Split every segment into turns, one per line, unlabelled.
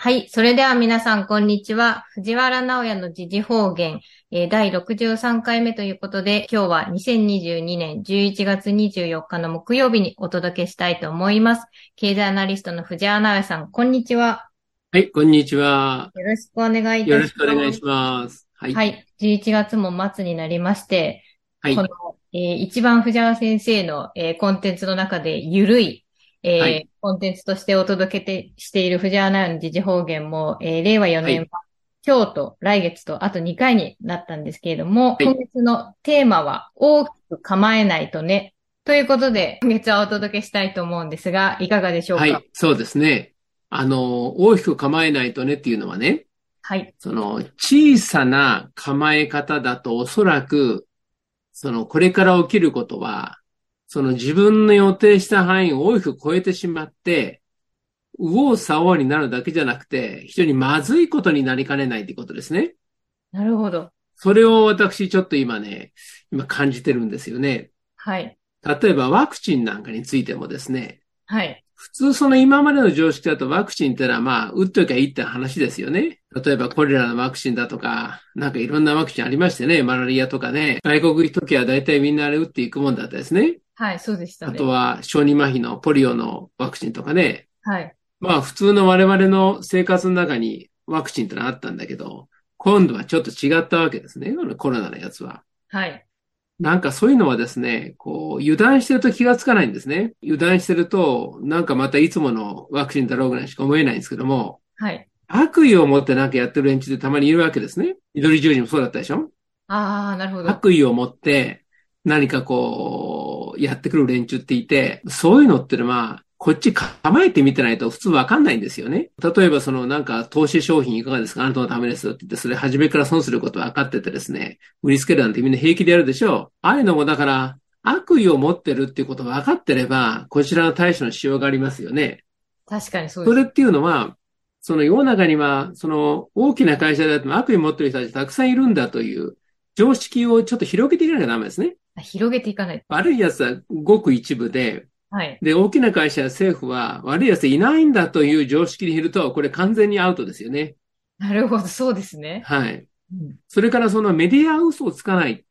はい。それでは皆さん、こんにちは。藤原直也の時事方言、えー、第63回目ということで、今日は2022年11月24日の木曜日にお届けしたいと思います。経済アナリストの藤原直也さん、こんにちは。
はい、こんにちは。
よろしくお願いいたします。
よろしくお願いします。、
はい。はい。11月も末になりまして、はい。この、えー、一番藤原先生の、えー、コンテンツの中で、ゆるい、えー、はい、コンテンツとしてお届けてしている藤原奈の時事方言も、えー、令和4年は、はい、今日と来月とあと2回になったんですけれども、はい、今月のテーマは大きく構えないとね。ということで、今月はお届けしたいと思うんですが、いかがでしょうかはい
そうですね。あの、大きく構えないとねっていうのはね、
はい。
その、小さな構え方だとおそらく、その、これから起きることは、その自分の予定した範囲を大きく超えてしまって、右往左往になるだけじゃなくて、非常にまずいことになりかねないということですね。
なるほど。
それを私ちょっと今ね、今感じてるんですよね。
はい。
例えばワクチンなんかについてもですね。
はい。
普通その今までの常識だとワクチンってのはまあ、打っときゃいいって話ですよね。例えばコレラのワクチンだとか、なんかいろんなワクチンありましてね、マラリアとかね。外国行くときは大体みんなあれ打っていくもんだったですね。
はい、そうでした、ね、
あとは、小児麻痺のポリオのワクチンとかね。
はい。
まあ、普通の我々の生活の中にワクチンってのあったんだけど、今度はちょっと違ったわけですね。コロナのやつは。
はい。
なんかそういうのはですね、こう、油断してると気がつかないんですね。油断してると、なんかまたいつものワクチンだろうぐらいしか思えないんですけども、
はい。
悪意を持ってなんかやってる連中ってたまにいるわけですね。緑十字もそうだったでしょ
ああ、なるほど。
悪意を持って、何かこう、やってくる連中っていて、そういうのってのは、こっち構えてみてないと普通わかんないんですよね。例えばそのなんか投資商品いかがですかあなたのためですよって言って、それ初めから損すること分かっててですね、売りつけるなんてみんな平気でやるでしょう。ああいうのもだから、悪意を持ってるっていうこと分かってれば、こちらの対処のしようがありますよね。
確かにそう
です。それっていうのは、その世の中には、その大きな会社であっても悪意持ってる人たちたくさんいるんだという常識をちょっと広げていかなきゃダメですね。
広げていかない。
悪い奴はごく一部で、
はい。
で、大きな会社や政府は悪い奴いないんだという常識でいると、これ完全にアウトですよね。
なるほど、そうですね。
はい。うん、それからそのメディア嘘をつかない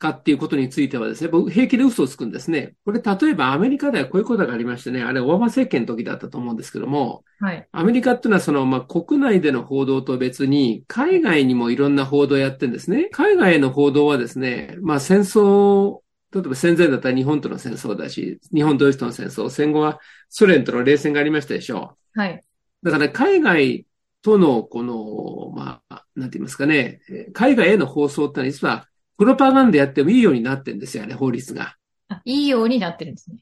かっていうことについてはですね、僕平気で嘘をつくんですね。これ例えばアメリカではこういうことがありましてね、あれオバマ政権の時だったと思うんですけども、
はい。
アメリカっていうのはその、まあ、国内での報道と別に、海外にもいろんな報道をやってるんですね。海外の報道はですね、まあ、戦争、例えば戦前だったら日本との戦争だし、日本ドイツとの戦争、戦後はソ連との冷戦がありましたでしょ
う。はい。
だから海外との、この、まあ、なんて言いますかね、海外への放送ってのは実はプロパガンダやってもいいようになってるんですよね、法律が。
あ、いいようになってるんですね。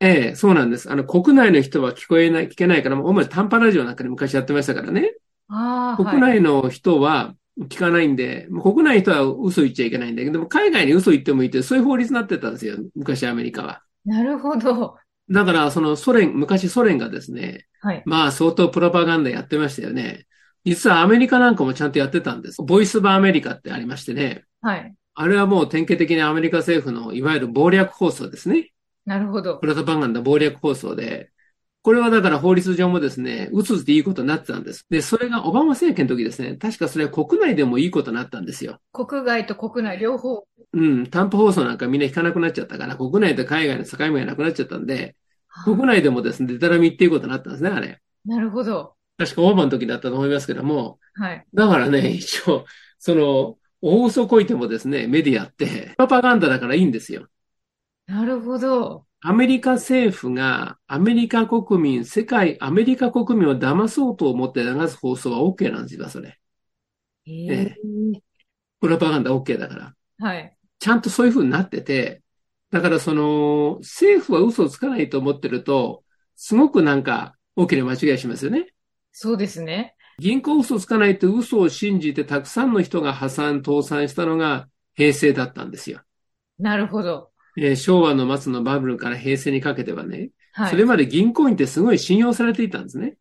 ええ、そうなんです。あの、国内の人は聞こえない、聞けないから、主に短波ラジオなんかで昔やってましたからね。
あ
あ。国内の人は聞かないんで、はい、国内の人は嘘言っちゃいけないんだけど、海外に嘘言ってもいいという、そういう法律になってたんですよ、昔アメリカは。
なるほど。
だから、そのソ連、昔ソ連がですね、
はい。
まあ、相当プロパガンダやってましたよね。実はアメリカなんかもちゃんとやってたんです。ボイスバーアメリカってありましてね。
はい。
あれはもう典型的にアメリカ政府のいわゆる謀略放送ですね。
なるほど。
プラトパンガンダ謀略放送で、これはだから法律上もですね、うつっていいことになってたんです。で、それがオバマ政権の時ですね、確かそれは国内でもいいことになったんですよ。
国外と国内両方。
うん、担保放送なんかみんな引かなくなっちゃったから、国内と海外の境目がなくなっちゃったんで、国内でもですね、でたらみっていうことになったんですね、あれ。
なるほど。
確かオーバーの時だったと思いますけども。
はい。
だからね、一応、その、大嘘こいてもですね、メディアって、プロパガンダだからいいんですよ。
なるほど。
アメリカ政府が、アメリカ国民、世界、アメリカ国民を騙そうと思って流す放送は OK なんですよ、それ。
えー、ね、
プロパガンダ OK だから。
はい。
ちゃんとそういう風になってて、だからその、政府は嘘をつかないと思ってると、すごくなんか、大きな間違いしますよね。
そうですね。
銀行嘘つかないって嘘を信じてたくさんの人が破産、倒産したのが平成だったんですよ。
なるほど。
えー、昭和の末のバブルから平成にかけてはね、はい、それまで銀行員ってすごい信用されていたんですね。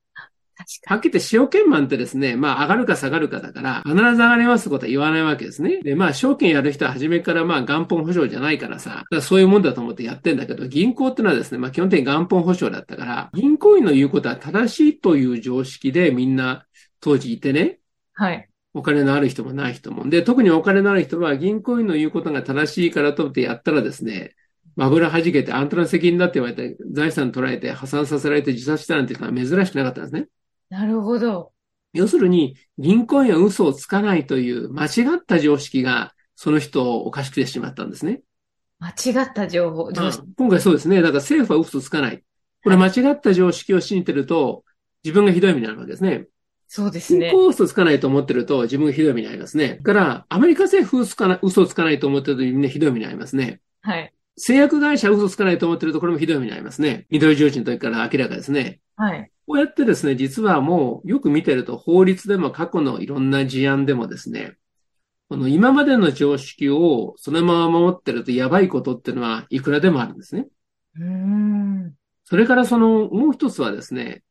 確
かはっきり言って、証券マンってですね、まあ上がるか下がるかだから、必ず上がりますってことは言わないわけですね。で、まあ証券やる人は初めからまあ元本保証じゃないからさ、らそういうもんだと思ってやってんだけど、銀行ってのはですね、まあ基本的に元本保証だったから、銀行員の言うことは正しいという常識でみんな当時いてね、
はい。
お金のある人もない人も。で、特にお金のある人は銀行員の言うことが正しいからと思ってやったらですね、マグラ弾けてあんたの責任だって言われて財産取られて破産させられて自殺したなんていうのは珍しくなかったんですね。
なるほど。
要するに銀行員は嘘をつかないという間違った常識がその人をおかしくしてしまったんですね。
間違った情報、
う
常識。
ん今回そうですね。だから政府は嘘つかない。これ間違った常識を信じてると自分がひどい目になるわけですね。
そうです
銀
ね。
行は嘘つかないと思ってると自分がひどい目に遭いますね。だから、アメリカ政府嘘つかな嘘つかないと思ってるとみんなひどい目に遭いますね。
はい。
製薬会社嘘つかないと思ってるとこれもひどい目に遭いますね。緑重視の時から明らかですね。
はい。
こうやってですね、実はもうよく見てると法律でも過去のいろんな事案でもですね、この今までの常識をそのまま守ってるとやばいことっていうのはいくらでもあるんですね。
うーん。
それからそのもう一つはですね、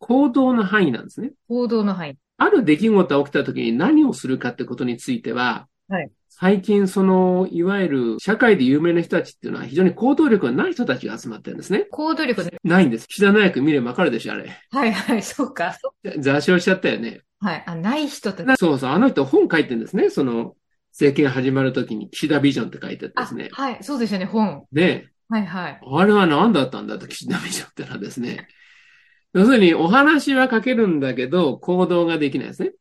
行動の範囲なんですね。
報道の範囲。
ある出来事が起きた時に何をするかってことについては、
はい
最近その、いわゆる社会で有名な人たちっていうのは非常に行動力がない人たちが集まってるんですね。
行動力で。
ないんです。岸田内閣見ればわかるでしょ、あれ。
はいはい、そうか。そう
座礁しちゃったよね。
はい。あ、ない人たち。
そうそう、あの人本書いてるんですね。その、政権始まる時に岸田ビジョンって書いてあったん
あ
ですね、。
はい。そうでしたね、本。
で、
はいはい。
あれは何だったんだと、岸田ビジョンってのはですね。要するに、お話は書けるんだけど、行動ができないですね。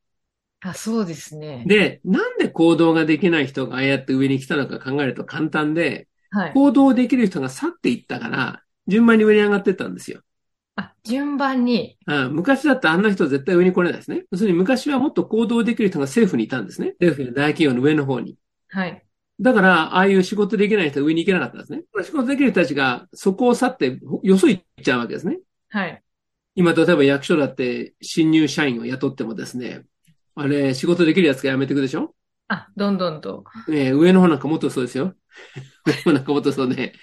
あ、そうですね。
で、なんで行動ができない人がああやって上に来たのか考えると簡単で、
はい。
行動できる人が去っていったから、順番に上に上がってったんですよ。
あ、順番に。
あ昔だったらあんな人絶対上に来れないですね。要するに昔はもっと行動できる人が政府にいたんですね。政府や大企業の上の方に。
はい。
だから、ああいう仕事できない人は上に行けなかったんですね。これ仕事できる人たちがそこを去って、よそ行っちゃうわけですね。
はい。
今、例えば役所だって新入社員を雇ってもですね、あれ、仕事できるやつが辞めていくでしょ
あ、どんどんと。
ええ上の方なんかもっとそうですよ。 上の方なんかもっとそうね。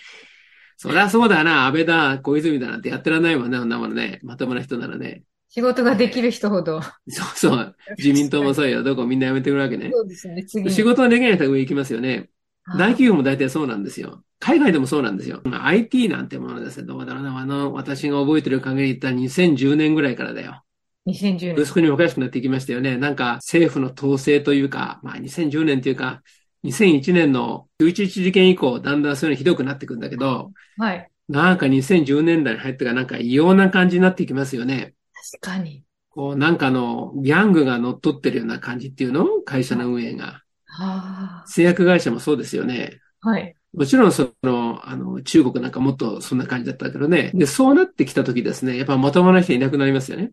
そりゃそうだな、安倍だ、小泉だなんてやってらんないわね、あんなものね。まともな人ならね。
仕事ができる人ほど。
そうそう。 自民党もそうよ。どこみんな辞めてくるわけね。
そうですね、次に。
仕事ができない人が上行きますよね。
あ
大企業も大体そうなんですよ。海外でもそうなんですよ。まあ IT なんてものですね。どうだろうな。あの、私が覚えてる限り言ったら2010年ぐらいからだよ。
2010
ブ
年。
スクにおかしくなってきましたよね。なんか政府の統制というか、まあ2010年というか、2001年の911事件以降、だんだんそういうのひどくなってくんだけど、
はい。
なんか2010年代に入ってからなんか異様な感じになってきますよね。
確かに。
こうなんかあの、ギャングが乗っ取ってるような感じっていうの会社の運営が。
は
製薬会社もそうですよね。
あ。はい。
もちろんその、あの、中国なんかもっとそんな感じだったけどね。で、そうなってきた時ですね、やっぱまともな人いなくなりますよね。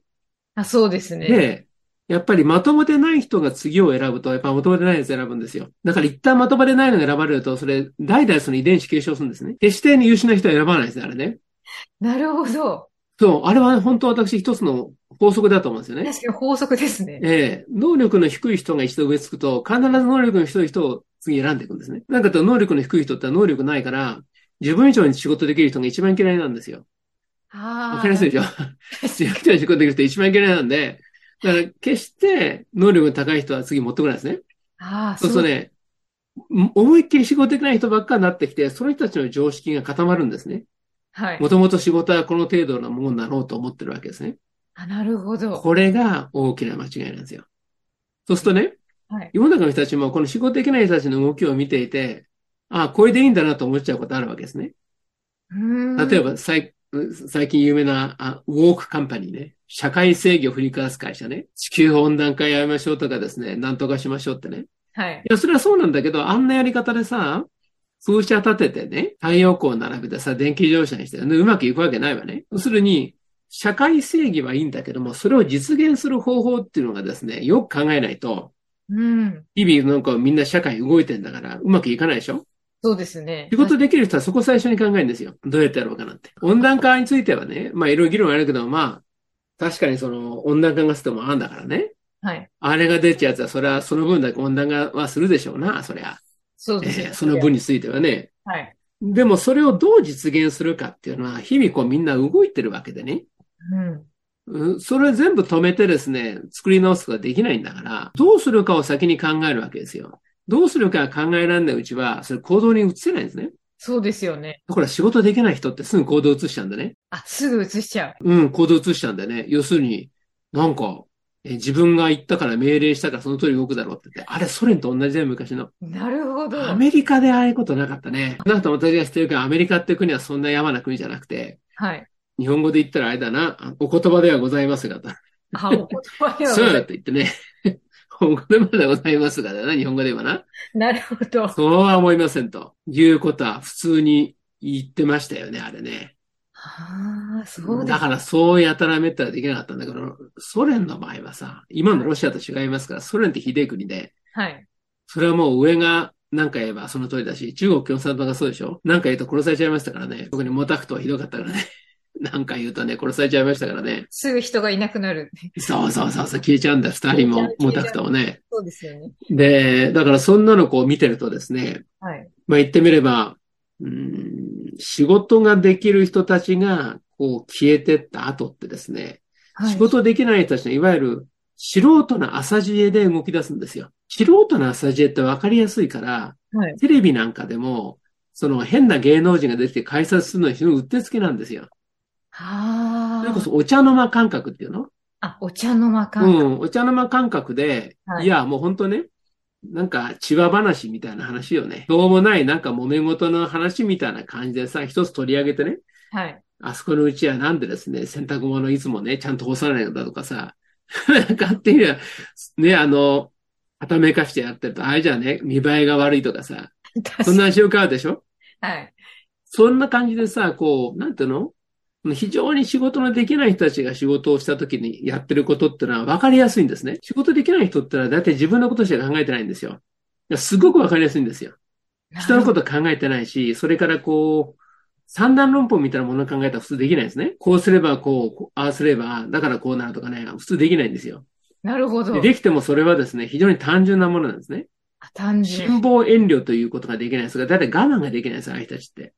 あ、そうですね。
で、やっぱりまともでない人が次を選ぶと、やっぱまともでないやつ選ぶんですよ。だから一旦まともでないのが選ばれると、それ、代々その遺伝子継承するんですね。決して優秀な人は選ばないですね、あれね。
なるほど。
そう、あれは本当私一つの法則だと思うんですよね。
確かに法則ですね。
ええ、能力の低い人が一度植えつくと、必ず能力の低い人を次選んでいくんですね。なんかと能力の低い人って能力ないから、自分以上に仕事できる人が一番嫌いなんですよ。
ああ。
わかりやすい でしょ自分たちの仕事できる人一番いけないなんで、だから決して能力の高い人は次持ってこないですね。
ああ、
そうするとね、思いっきり仕事できない人ばっかになってきて、その人たちの常識が固まるんですね。
はい。
もともと仕事はこの程度のものだろうと思ってるわけですね。
あ、なるほど。
これが大きな間違いなんですよ。そうするとね、
はい。
世の中の人たちもこの仕事できない人たちの動きを見ていて、ああ、これでいいんだなと思っちゃうことあるわけですね。
うーん
例え。ば、最最近有名なあウォークカンパニーね。社会制御を振りかわす会社ね。地球温暖化やめましょうとかですね、なんとかしましょうってね。い
はい。
や、それはそうなんだけど、あんなやり方でさ、風車立ててね、太陽光並べてさ、電気自動車にして、ねうまくいくわけないわね。要するに、社会正義はいいんだけども、それを実現する方法っていうのがですね、よく考えないと、
うん。
日々なんかみんな社会動いてんだから、うまくいかないでしょ
そうですね。
仕事できる人はそこ最初に考えるんですよ。どうやってやろうかなって。温暖化についてはね、まあいろいろ議論あるけど、まあ、確かにその温暖化がするともあんだからね。
はい。
あれが出ちゃうやつは、それはその分だけ温暖化はするでしょうな、そりゃ。
そう
え
ですね。
ーその分についてはね。
はい。
でもそれをどう実現するかっていうのは、日々こうみんな動いてるわけでね。
うん。
うんそれ全部止めてですね、作り直すことができないんだから、どうするかを先に考えるわけですよ。どうするか考えられないうちは、それ行動に移せないんですね。
そうですよね。
ほら、仕事できない人ってすぐ行動移しちゃうんだね。
あ、すぐ移しちゃう。
うん、行動移しちゃうんだよね。要するに、なんか、え自分が言ったから命令したからその通り動くだろうって言って、あれソ連と同じだよ、昔の。
なるほど。
アメリカでああいうことなかったね。少なくとも私が知ってるけど、アメリカって国はそんな山な国じゃなくて、
はい。
日本語で言ったらあれだな、お言葉ではございますが、と
あ、お言葉では
そうだって言ってね。 お言葉ではございますがだな、日本語で言えばな。
なるほど。
そうは思いませんと。いうことは普通に言ってましたよね、あれね。
ああ、そうで
だ
す。
からそうやたらめったらできなかったんだけど、ソ連の場合はさ、今のロシアと違いますから、ソ連ってひでえ国で、
はい。
それはもう上が何か言えばその通りだし、中国共産党がそうでしょ何か言うと殺されちゃいましたからね。特に毛沢東はひどかったからね。 何か言うとね、殺されちゃいましたからね。
すぐ人がいなくなる。
そうそうそうそう、消えちゃうんだよ、スターリンも
消
毛
えちゃう
沢東もね。
そうですよね。
で、だからそんなのこう見てるとですね、
はい。
まあ言ってみれば、うーん、仕事ができる人たちがこう消えてった後ってですね、
はい
仕事できない人たちのいわゆる素人の朝知恵で動き出すんですよ。素人の朝知恵ってわかりやすいから、
はい。
テレビなんかでも、その変な芸能人が出てきて解説するのに非常にうってつけなんですよ。
あ
それこ
あ。
そお茶の間感覚っていうの
あ、お茶の間か。
うん、お茶の間感覚で、
はい
い、や、もう本当ね、なんか、千葉話みたいな話よね。どうもない、なんか揉め事の話みたいな感じでさ、一つ取り上げてね、
はい。
あそこのうちはなんでですね、洗濯物いつもね、ちゃんと干さないのだとかさ、 なんかっていうのは、ね、あの、はためかしてやってると、あれじゃね、見栄えが悪いとかさ、そんな話を伺うでしょ
はい。
そんな感じでさ、こう、なんていうの非常に仕事のできない人たちが仕事をした時にやってることってのは分かりやすいんですね。仕事できない人ってのは大体自分のことしか考えてないんですよ。すごく分かりやすいんですよ。人のこと考えてないし、それからこう、三段論法みたいなものを考えたら普通できないですね。こうすればこう、こうああすれば、だからこうなるとかね、普通できないんですよ。
なるほど。
でできてもそれはですね、非常に単純なものなんですね。
あ単純。
辛抱遠慮ということができないですが、だいたい我慢ができないです、ああいう人たちって。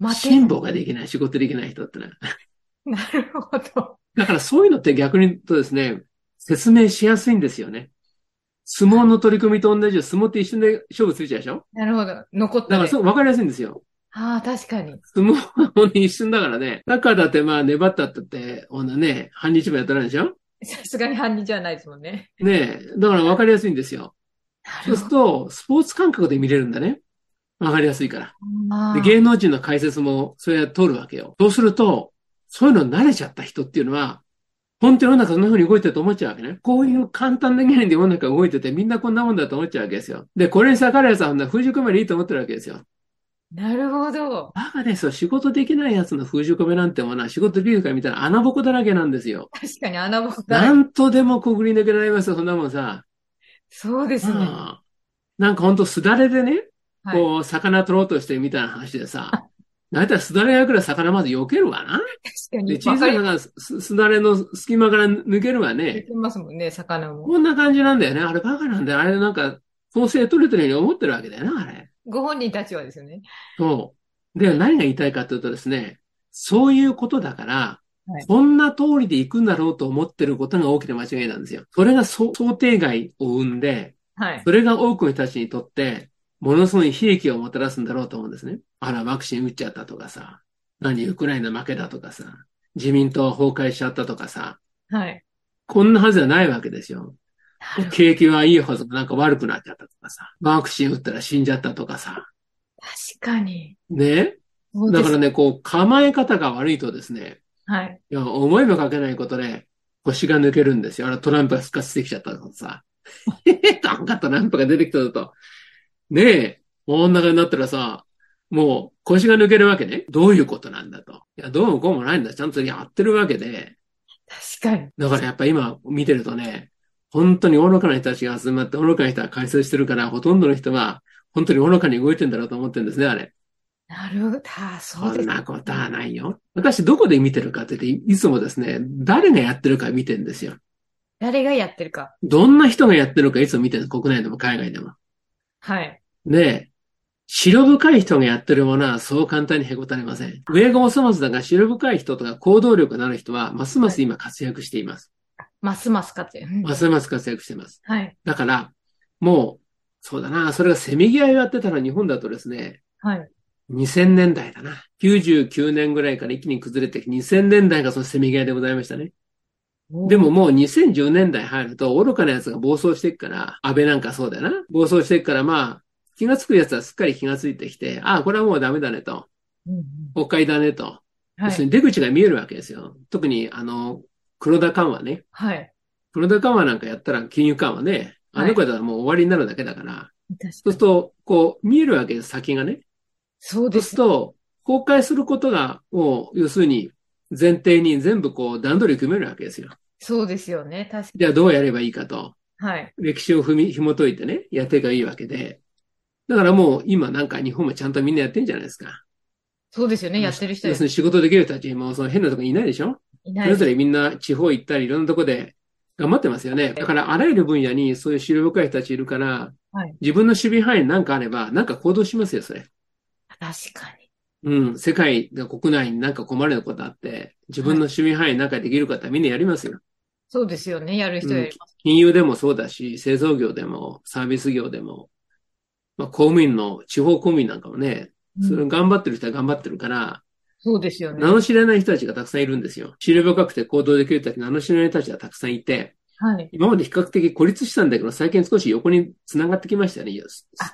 待て。
辛抱ができない、仕事できない人ってのは。
なるほど。
だからそういうのって逆に言うとですね、説明しやすいんですよね。相撲の取り組みと同じで、相撲って一瞬で勝負ついちゃうでしょ
なるほど。残った
だか
ね
らそう、わかりやすいんですよ。
ああ、確かに。
相撲は本当に一瞬だからね。中だってまあ粘ったったって、女ね、半日もやってないでしょ
さすがに犯人じゃないですもんね。
ねえ。だからわかりやすいんですよ。
な
そう
る
す
ほ
ると、スポーツ感覚で見れるんだね。わかりやすいから。
ど。あ
で、
ー
芸能人の解説もそれは通るわけよ。そうすると、そういうのに慣れちゃった人っていうのは、本当に世の中そんな風に動いてると思っちゃうわけね。こういう簡単な原理で世の中動いてて、みんなこんなもんだと思っちゃうわけですよ。で、これに逆らえばさんな風俗目でいいと思ってるわけですよ。
なるほど。
バカですよ。仕事できないやつの風俗目なんてものは仕事できるかみたいな穴ぼこだらけなんですよ。
確かに穴ぼこ
な
が。
んとでもくぐり抜けられますよ、そんなもんさ。
そうですね。は
ああなんかほんとすだれでね、
い。
こう、魚取ろうとしてるみたいな話でさ、だいたいすだれがくらい魚まず避けるわな。
確かに。
で、小
わ
さ
か
い
り
のがすすすだれの隙間から抜けるわ
で
ね。
きますもんね、魚も。
こんな感じなんだよね。あれバカなんだよ。あれなんか、統制取れてるように思ってるわけだよな、あれ。
ご本人たちはですよね。
そう。で、何が言いたいかというとですね、そういうことだから、
はい
こんな通りで行くんだろうと思ってることが大きな間違いなんですよ。それがそ想定外を生んで、
はい。
それが多くの人たちにとって、ものすごい悲劇をもたらすんだろうと思うんですね。あら、ワクチン打っちゃったとかさ、何、ウクライナ負けだとかさ、自民党崩壊しちゃったとかさ、
はい。
こんなはずはないわけですよ。
なるほど。
景気はいいはずもなんか悪くなっちゃったとかさ。ワクチン打ったら死んじゃったとかさ。
確かに。
ね。
そうで
だ
す
からね、こう構え方が悪いとですね、
はい。
いや思いもかけないことで腰が抜けるんですよ。あれトランプが復活してきちゃったとかさ。 なんかトランプが出てきたのと。ねえ、大中になったらさ、もう腰が抜けるわけね。どういうことなんだと。いや、どうもこうもないんだ。ちゃんとやってるわけで。
確かに。
だからやっぱ今見てるとね、本当に愚かな人たちが集まって、愚かな人が解説してるから、ほとんどの人は、本当に愚かに動いてんだろうと思ってるんですね、あれ。
なるほど。あーそ
そ
うで
ん
す。
なことはないよ。私、どこで見てるかって言って、いつもですね、誰がやってるか見てるんですよ。
誰がやってるか。
どんな人がやってるかいつも見てるんです国内でも海外でも。
はい。
で、白深い人がやってるものはそう簡単にへこたれません。上がおそますだが、白深い人とか行動力のある人は、ますます今活躍しています。
ますます活躍。うん
ますます活躍しています。
はい。
だから、もう、そうだな、それがせめぎ合いをやってたら日本だとですね、
はい。
2000年代だな。99年ぐらいから一気に崩れてきて、2000年代がそのせめぎ合いでございましたね。でももう2010年代入ると愚かな奴が暴走していくから、安倍なんかそうだな。暴走していくから、まあ、気がつく奴はすっかり気がついてきて、ああ、これはもうダメだねと。国会だねと。要するに出口が見えるわけですよ。特に、あの、黒田緩和ね。
はい。
黒田緩和なんかやったら金融緩和ね。あの子だもう終わりになるだけだから。はい、そうすると、こう、見えるわけです、先がね。。
そうです
そうすると、崩壊することが、もう、要するに、前提に全部こう段取り組めるわけですよ。
そうですよね。確かに。
じゃあどうやればいいかと。
はい。
歴史を踏み、紐解いてね、やっていけばいいわけで。だからもう今なんか日本もちゃんとみんなやってんじゃないですか。
そうですよね。やってる人
要するに仕事できる人たちもその変なとこにいないでしょ
いない。
それぞれみんな地方行ったりいろんなとこで頑張ってますよね。だからあらゆる分野にそういう資料深い人たちいるから、
はい、
自分の守備範囲なんかあればなんか行動しますよ、それ。
確かに。
うん、世界が国内になんか困るようなことあって、自分の趣味範囲なんかできる方はみんなやりますよ。はい、
そうですよね、やる人やります、
うん、金融でもそうだし、製造業でも、サービス業でも、まあ、公務員の、地方公務員なんかもね、それ頑張ってる人は頑張ってるから、
うん、そうですよね。
名の知れない人たちがたくさんいるんですよ。資料深くて行動できる人たち、名の知れない人たちがたくさんいて、
はい、
今まで比較的孤立したんだけど、最近少し横に繋がってきましたね。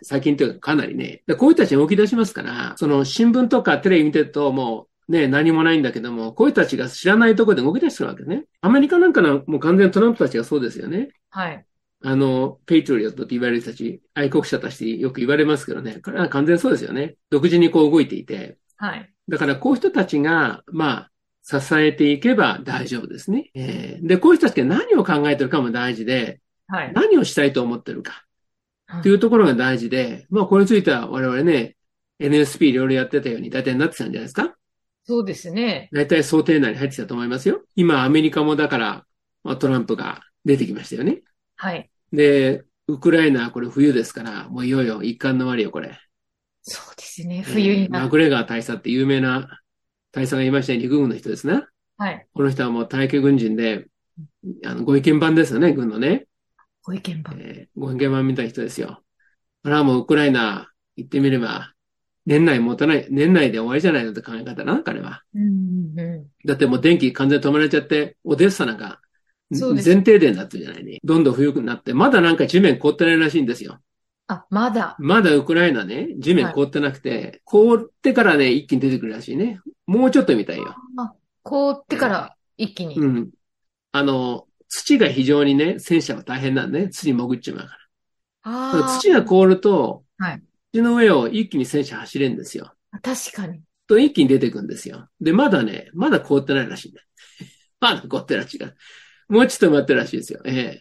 最近というかかなりね。こういう人たちが動き出しますから、その新聞とかテレビ見てるともうね、何もないんだけども、こういう人たちが知らないところで動き出してるわけね。アメリカなんかのもう完全トランプたちがそうですよね。
はい。
あの、ペイトリオットって言われる人たち、愛国者たちってよく言われますけどね。これは完全そうですよね。独自にこう動いていて。
はい。
だからこういう人たちが、まあ、支えていけば大丈夫ですね。えー、で、こういう人たちが何を考えてるかも大事で、
はい、
何をしたいと思ってるかっていうところが大事で、はい、まあ、これについては我々ね、NSP いろいろやってたように大体なってたんじゃないですか
そうですね。
大体想定内に入ってたと思いますよ。今、アメリカもだから、まあ、トランプが出てきましたよね。
はい。
で、ウクライナはこれ冬ですから、もういよいよ一貫の割よ、これ。
そうですね、冬にな
る。マグレガー大佐って有名な大佐がいましたね、陸軍の人ですね。
はい。
この人はもう体系軍人で、あの、ご意見番ですよね、軍のね。
ご意見番。
えー、ご意見番みたいな人ですよ。これはもうウクライナ行ってみれば、年内持たない、年内で終わりじゃないのって考え方な、彼は。、
うん、うん
だってもう電気完全に止められちゃって、オデッサなんか、全停電だったじゃないね。どんどん冬くなって、まだなんか地面凍ってないらしいんですよ。
あ、まだ。
まだウクライナね、地面凍ってなくて、はい、凍ってからね、一気に出てくるらしいね。もうちょっと見たいよ。
あ、凍ってから一気に。
うん。あの、土が非常にね、戦車は大変なんで、ね、土に潜っちまうから。
あ
あ。土が凍ると、
はい。
土の上を一気に戦車走れるんですよ。
確かに。
と一気に出てくんですよ。で、まだね、まだ凍ってないらしいね。 まだ凍ってないらしいから。もうちょっと待ってるらしいですよ。ええ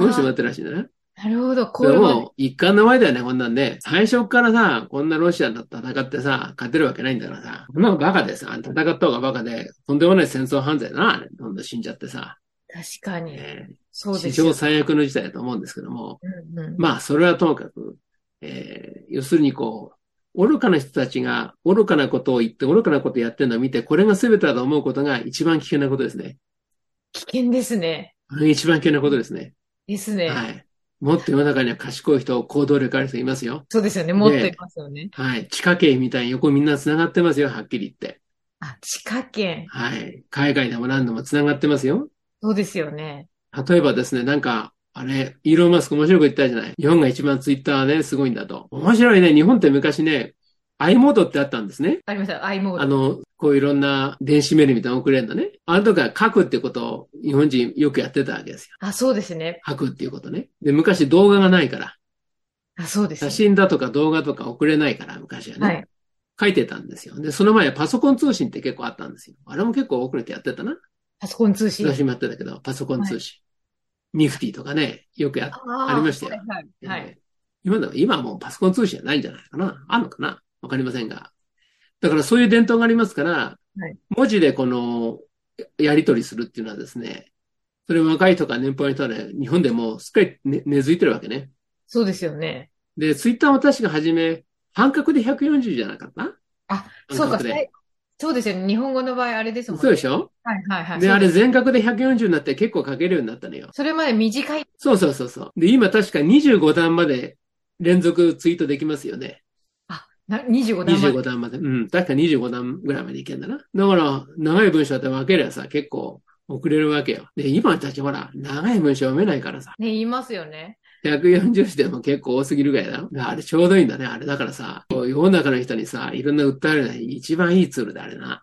もうちょっと待ってるらしいんだね。
なるほど、
これも、一貫の前だよね、こんなんで。最初からさ、こんなロシアと戦ってさ、勝てるわけないんだからさ。こんなのバカでさ、戦った方がバカで、とんでもない戦争犯罪だな、どんどん死んじゃってさ。
確かに。
えー、
そうです
史上最悪の事態だと思うんですけども。
うんうん、
まあ、それはともかく、えー、要するにこう、愚かな人たちが愚かなことを言って愚かなことをやってるのを見て、これが全てだと思うことが一番危険なことですね。
危険ですね。
一番危険なことですね。
ですね。
はい。もっと世の中には賢い人、行動力ある人いますよ。
そうですよね。もっといますよね。
はい。地下圏みたいに横みんな繋がってますよ、はっきり言って。
あ、地下圏。
はい。海外でも何度も繋がってますよ。
そうですよね。
例えばですね、なんか、あれ、イーロン・マスク面白く言ったじゃない。日本が一番ツイッターね、すごいんだと。面白いね。日本って昔ね、i モードってあったんですね。
ありました、i モード。
あの、こういろんな電子メールみたいなの送れるのね。あの時は書くってことを日本人よくやってたわけですよ。
あ、そうですね。
書くっていうことね。で、昔動画がないから。
あ、そうです、
ね、写真だとか動画とか送れないから、昔はね。
はい。
書いてたんですよ。で、その前パソコン通信って結構あったんですよ。あれも結構遅れてやってたな。
パソコン通信。
私もやってたけど、パソコン通信。はい、ニフティとかね、よくや、ありましたよ。
はい、はい。はい、
今でも、今はもうパソコン通信じゃないんじゃないかな。あんのかなわかりませんが。だからそういう伝統がありますから、
はい、
文字でこのやり取りするっていうのはですね、それ若いとか年配の人はね、日本でもすっかり、ね、根付いてるわけね。
そうですよね。
で、ツイッターも確か初め、半角で140じゃなかった
あ、そうか、そうですよね。日本語の場合あれですもんね。
そうでしょ
はいはいはい。
で、であれ全角で140になって結構書けるようになったのよ。
それまで短い。
そうそうそうそう。で、今確か25段まで連続ツイートできますよね。
な25段
まで。25段まで。うん。確か25段ぐらいまでいけんだな。だから、長い文章って分けりゃさ、結構遅れるわけよ。で、今たちほら、長い文章読めないからさ。
ね、言いますよね。
140字でも結構多すぎるぐらいだろ。あれちょうどいいんだね。あれだからさ、こう世の中の人にさ、いろんな訴えるのに一番いいツールだ、あれな。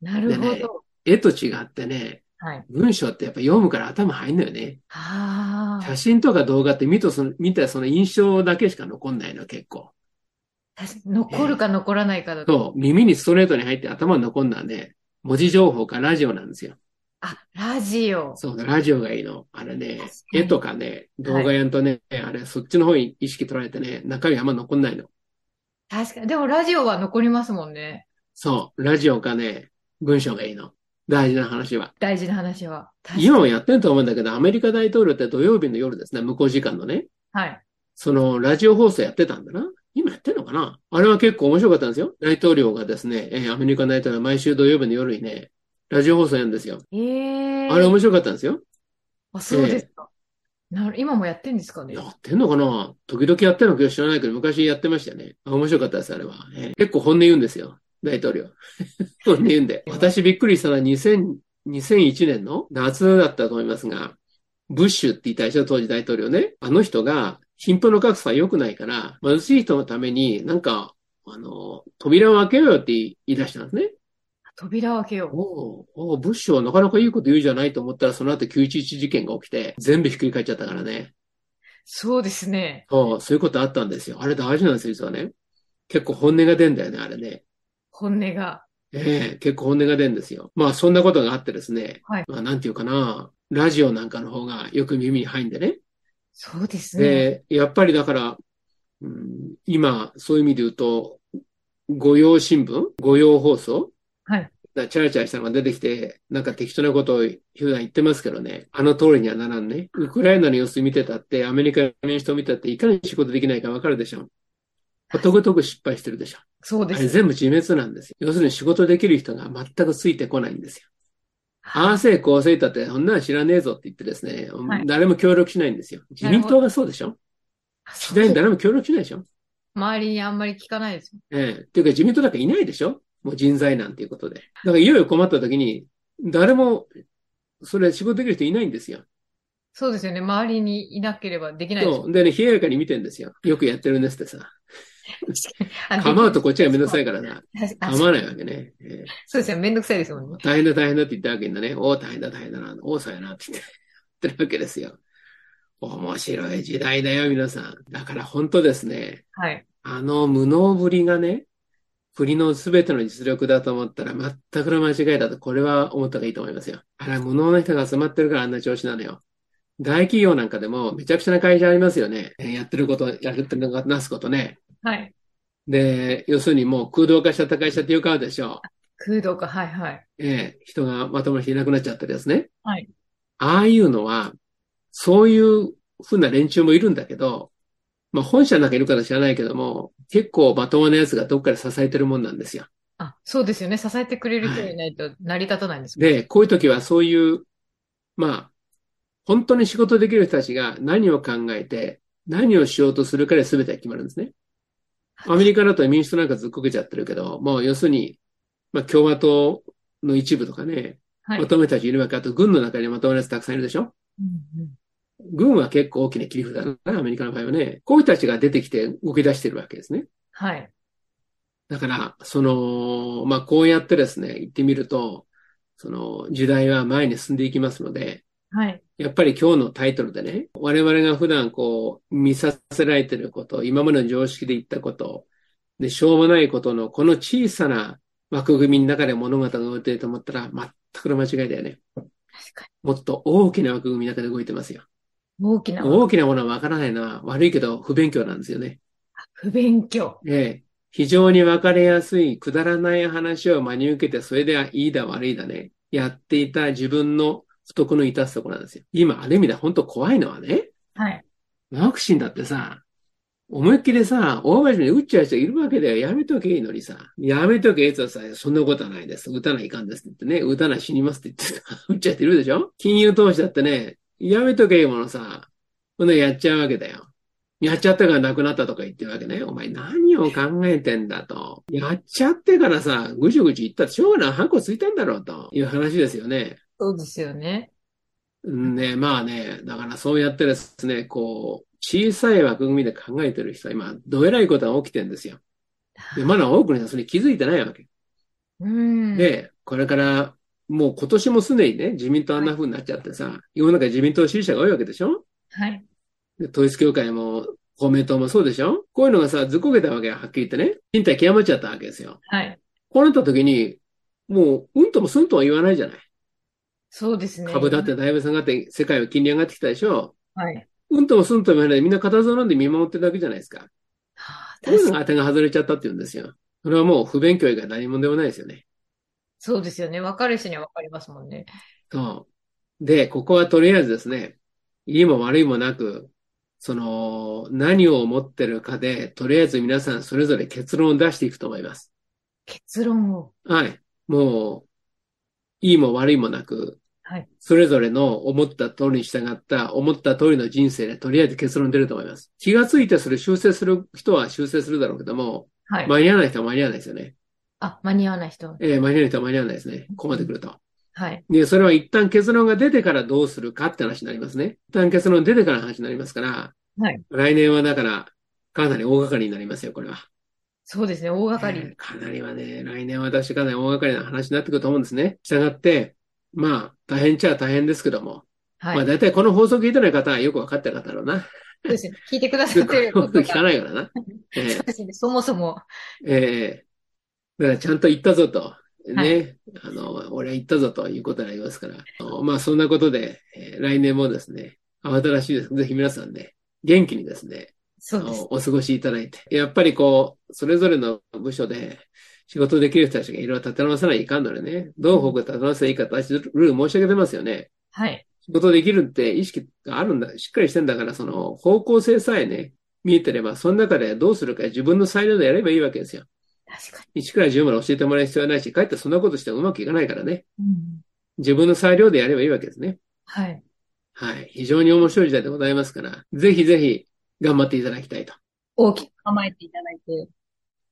なるほど。
でね絵と違ってね、
はい。
文章ってやっぱ読むから頭入んのよね。
ああ
写。真とか動画って見とその見たその印象だけしか残んないの、結構。
確か残るか残らないかだと。
そう、耳にストレートに入って頭に残んだんで、文字情報かラジオなんですよ。
あ、ラジオ。
そうだ、ラジオがいいの。あれね
確、かに
絵とかね、動画やんとね、あれ、そっちの方に意識取られてね、中身あんま残んないの。
確かに。でもラジオは残りますもんね。
そう、ラジオかね、文章がいいの。大事な話は。
大事な話は。確かに
今もやってると思うんだけど、アメリカ大統領って土曜日の夜ですね、向こう時間のね、
はい。
その、ラジオ放送やってたんだな。今やってんのかなあれは結構面白かったんですよ。大統領がですね、えーアメリカ大統領毎週土曜日の夜にね、ラジオ放送やるんですよ。
ええ
あれ面白かったんですよ。
あ、そうですか。なる、今もやってんですかね。
やってんのかな時々やってるのか知らないけど、昔やってましたよね。あ面白かったです、あれは。えー結構本音言うんですよ。大統領。 本音言うんで。私びっくりしたのは2000 2001年の夏だったと思いますが、ブッシュって言ったでしょ、当時大統領ね。あの人が、貧富の格差は良くないから、貧しい人のために、なんか、あの、扉を開けようよって言い出したんですね。
扉を開けよう。
おうおうブッシュはなかなかいいこと言うじゃないと思ったら、その後911事件が起きて、全部ひっくり返っちゃったからね。
そうですね。
そう、そういうことあったんですよ。あれ大事なんですよ、実はね。結構本音が出んだよね、あれね。
本音が。
ええ、結構本音が出んですよ。まあ、そんなことがあってですね。
はい
まあ、なんていうかな。ラジオなんかの方がよく耳に入んでね。
そうですね。
で、やっぱりだから、うん、今、そういう意味で言うと、御用新聞御用放送
はい。
だからチャラチャラしたのが出てきて、なんか適当なことを普段言ってますけどね。あの通りにはならんね。ウクライナの様子見てたって、アメリカの民主党見たって、いかに仕事できないかわかるでしょ。ことごとく失敗してるでしょ。
そう
あ
で
れ
す。
全部自滅なんですよ。要するに仕事できる人が全くついてこないんですよ。ああせいこうせいだって、そんなの知らねえぞって言ってですね、
はい
誰も協力しないんですよ。自民党がそうでしょ
あそう
次第に誰も協力しないでしょ
周りにあんまり聞かないです。
ええ。っていうか自民党なんかいないでしょもう人材なんていうことで。だからいよいよ困った時に、誰も、それ仕事できる人いないんですよ。
そうですよね。周りにいなければできないです
そう。でね、冷ややかに見てんですよ。よくやってるんですってさ。
あの
構うとこっちはめんどくさいからな。
確かにあ
構わないわけね。ええ
そうですよね。めんどくさいですもんね。
大変だ大変だって言ったわけだね。おお、大変だ大変だな。おお、そうやなって言って言ってるわけですよ。面白い時代だよ、皆さん。だから本当ですね。
はい。
あの無能ぶりがね、国の全ての実力だと思ったら全くの間違いだと、これは思った方がいいと思いますよ。あれは無能な人が集まってるからあんな調子なのよ。大企業なんかでもめちゃくちゃな会社ありますよね。えーやってること、やってるのがなすことね。
はい。
で、要するにもう空洞化しちゃった会社ってよくあるでしょう。
空洞か。はいはい。
ええ、人がまともにいなくなっちゃったりですね。
はい。
ああいうのは、そういうふうな連中もいるんだけど、まあ本社なんかいるから知らないけども、結構まともなやつがどっかで支えてるもんなんですよ。
あ、そうですよね。支えてくれる人いないと成り立たないんですもん
で、こういう時はそういう、まあ、本当に仕事できる人たちが何を考えて、何をしようとするかで全てが決まるんですね。アメリカだと民主党なんかずっこけちゃってるけど、もう要するに、まあ共和党の一部とかね、
はい。
まとめたちいるわけ。あと、軍の中にまとめたやつたくさんいるでしょ
うんうん
軍は結構大きな切り札だな、アメリカの場合はね。こういう人たちが出てきて動き出してるわけですね。
はい。
だから、その、まあ、こうやってですね、言ってみると、その、時代は前に進んでいきますので、
はい。
やっぱり今日のタイトルでね、我々が普段こう、見させられてること、今までの常識で言ったこと、で、しょうもないことの、この小さな枠組みの中で物語が動いてると思ったら、全くの間違いだよね。
確か
もっと大きな枠組みの中で動いてますよ。
に。大きな
大きなものはわからないのは悪いけど不勉強なんですよね。
不勉強。
ええ。非常にわかりやすいくだらない話を真に受けて、それではいいだ悪いだね。やっていた自分の不徳の致すところなんですよ。今、ある意味で本当怖いのはね、
はい。
ワクチンだってさ、思いっきりさ、大真面目に打っちゃう人いるわけだよ。やめとけいいのにさ。やめとけいいとさ、そんなことはないです。打たないかんですって言ってね。打た ない死にますって言ってさ、打っちゃっているでしょ金融投資だってね、やめとけいいものさ、こんなのやっちゃうわけだよ。やっちゃったからなくなったとか言ってるわけね。お前何を考えてんだと。やっちゃってからさ、ぐちゅぐちゅ言ったらしょうがない。ハンコついたんだろうという話ですよね。
そうですよね。
うんね、まあね、だからそうやってですね、こう、小さい枠組みで考えてる人は今、どえらいことが起きてるんですよ。で、まだ多くの人はそれに気づいてないわけ。
うん。
で、これから、もう今年もすでにね、自民党あんな風になっちゃってさ、世の中自民党支持者が多いわけでしょ
はい。
で統一教会も公明党もそうでしょこういうのがさ、ずっこけたわけよ、はっきり言ってね。身体極まっちゃったわけですよ。
はい。
こうなった時に、もう、うんともすんとも言わないじゃない。
そうですね。
株だってだいぶ下がって、世界は金利上がってきたでしょ
はい。
うんともすんとも言わないで、みんな固唾を飲んで見守ってるだけじゃないですか。
はあ
こういうの
確か
が
に
当てが外れちゃったって言うんですよ。それはもう不勉強以外何もでもないですよね。
そうですよね。わかる人にはわかりますもんね。
そう。で、ここはとりあえずですね、いいも悪いもなく、その、何を持ってるかで、とりあえず皆さんそれぞれ結論を出していくと思います。
結論を。
はい。もう、いいも悪いもなく、
はい
それぞれの思った通りに従った、思った通りの人生でとりあえず結論出ると思います。気がついてそれ修正する人は修正するだろうけども、
はい。
間に合わない人は間に合わないですよね。
あ、間に合わない人。
えー間に合わない人は間に合わないですね。ここまで来ると。
はい。
で、それは一旦結論が出てからどうするかって話になりますね。一旦結論出てからの話になりますから、
はい
来年はだから、かなり大掛かりになりますよ、これは。
そうですね。大掛か
え
り。
ーかなりはね、来年は私かなり大掛かりな話になってくると思うんですね。従って、まあ、大変っちゃ大変ですけども、
はい。
まあ大体この放送聞いてない方はよくわかってる方だろうな。
そうですね。聞いてくださ
よ
っ
く
てる方が
聞かないから な。えー
そうですね。そもそも。
ええだからちゃんと言ったぞと。
は
ね。あの、俺は言ったぞということになりますから。あのまあ、そんなことで、えー来年もですね、慌ただしいです。ぜひ皆さんね、元気にですね、あ
そうです。
のお過ごしいただいて。やっぱりこう、それぞれの部署で仕事できる人たちがいろいろ立て直さないといかんのでね、どう方向立て直せばいいか私、ルール申し上げてますよね。
はい。
仕事できるって意識があるんだ、しっかりしてんだから、その方向性さえね、見えてれば、その中でどうするか自分の裁量でやればいいわけですよ。
確か
1から10まで教えてもらう必要はないし、かえってそんなことしてもうまくいかないからね。
に。うん。
自分の裁量でやればいいわけですね。
はい。
はい。非常に面白い時代でございますから、ぜひぜひ頑張っていただきたいと。
大きく構えていただいて。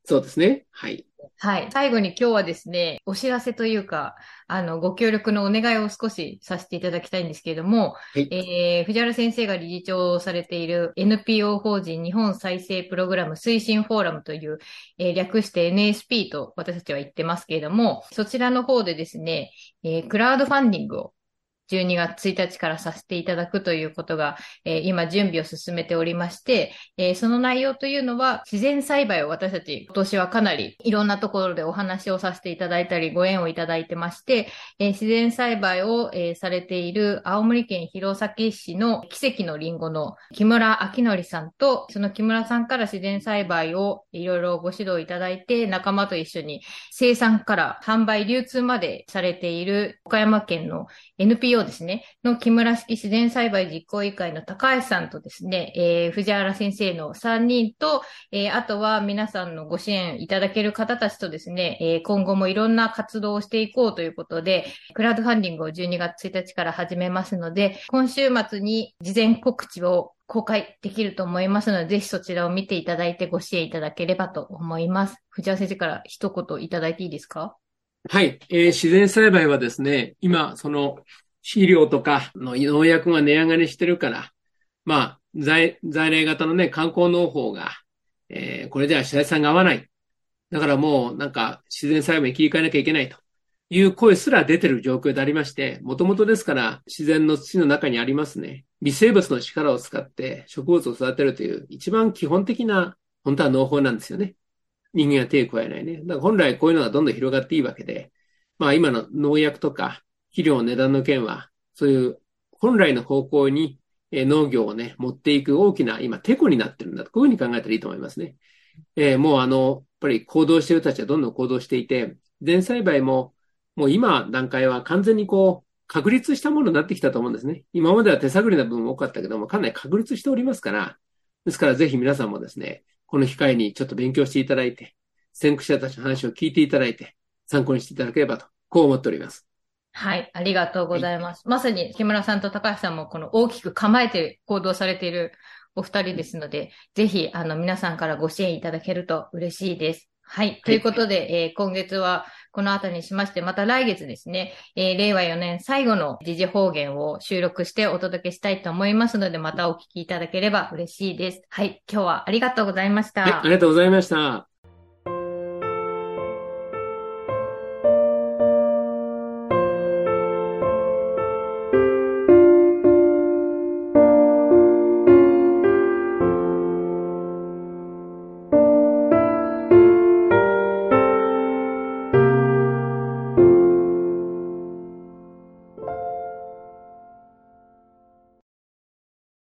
そうですね。はい。
はい。最後に今日はですね、お知らせというか、あの、ご協力のお願いを少しさせていただきたいんですけれども、
い
えー藤原先生が理事長をされている NPO 法人日本再生プログラム推進フォーラムという、えー略して NSP と私たちは言ってますけれども、そちらの方でですね、えークラウドファンディングを12月1日からさせていただくということが、えー今準備を進めておりまして、えーその内容というのは、自然栽培を私たち、今年はかなりいろんなところでお話をさせていただいたり、ご縁をいただいてまして、えー自然栽培を、えーされている青森県弘前市の奇跡のリンゴの木村明則さんと、その木村さんから自然栽培をいろいろご指導いただいて、仲間と一緒に生産から販売、流通までされている岡山県の NPO ですね、の木村式自然栽培実行委員会の高橋さんとですね、えー藤原先生の3人と、えーあとは皆さんのご支援いただける方たちとですね、えー今後もいろんな活動をしていこうということで、クラウドファンディングを12月1日から始めますので、今週末に事前告知を公開できると思いますので、ぜひそちらを見ていただいてご支援いただければと思います。藤原先生から一言いただいていいですか
はい。えー自然栽培はですね、今、その、肥料とかの農薬が値上がりしてるから、まあ、在、在来型のね、観光農法が、えーこれでは自然産が合わない。だからもう、なんか、自然栽培に切り替えなきゃいけないという声すら出てる状況でありまして、もともとですから、自然の土の中にありますね、微生物の力を使って植物を育てるという、一番基本的な、本当は農法なんですよね。人間は手を加えないね。だから本来こういうのがどんどん広がっていいわけで、まあ今の農薬とか肥料の値段の件は、そういう本来の方向にえー農業をね、持っていく大きな今、テコになってるんだと、こういうふうに考えたらいいと思いますね。えーもうあの、やっぱり行動してる人たちはどんどん行動していて、全栽培も、もう今段階は完全にこう、確立したものになってきたと思うんですね。今までは手探りな部分も多かったけども、かなり確立しておりますから、ですからぜひ皆さんもですね、この機会にちょっと勉強していただいて、先駆者たちの話を聞いていただいて、参考にしていただければと、こう思っております。
はい、ありがとうございます。まさに木村さんと高橋さんもこの大きく構えて行動されているお二人ですので、ぜひあの皆さんからご支援いただけると嬉しいです。はい、ということで、えー今月はこの後にしまして、また来月ですね、えー、令和4年最後の時事方言を収録してお届けしたいと思いますので、またお聞きいただければ嬉しいです。はい、今日はありがとうございました。
はい、ありがとうございました。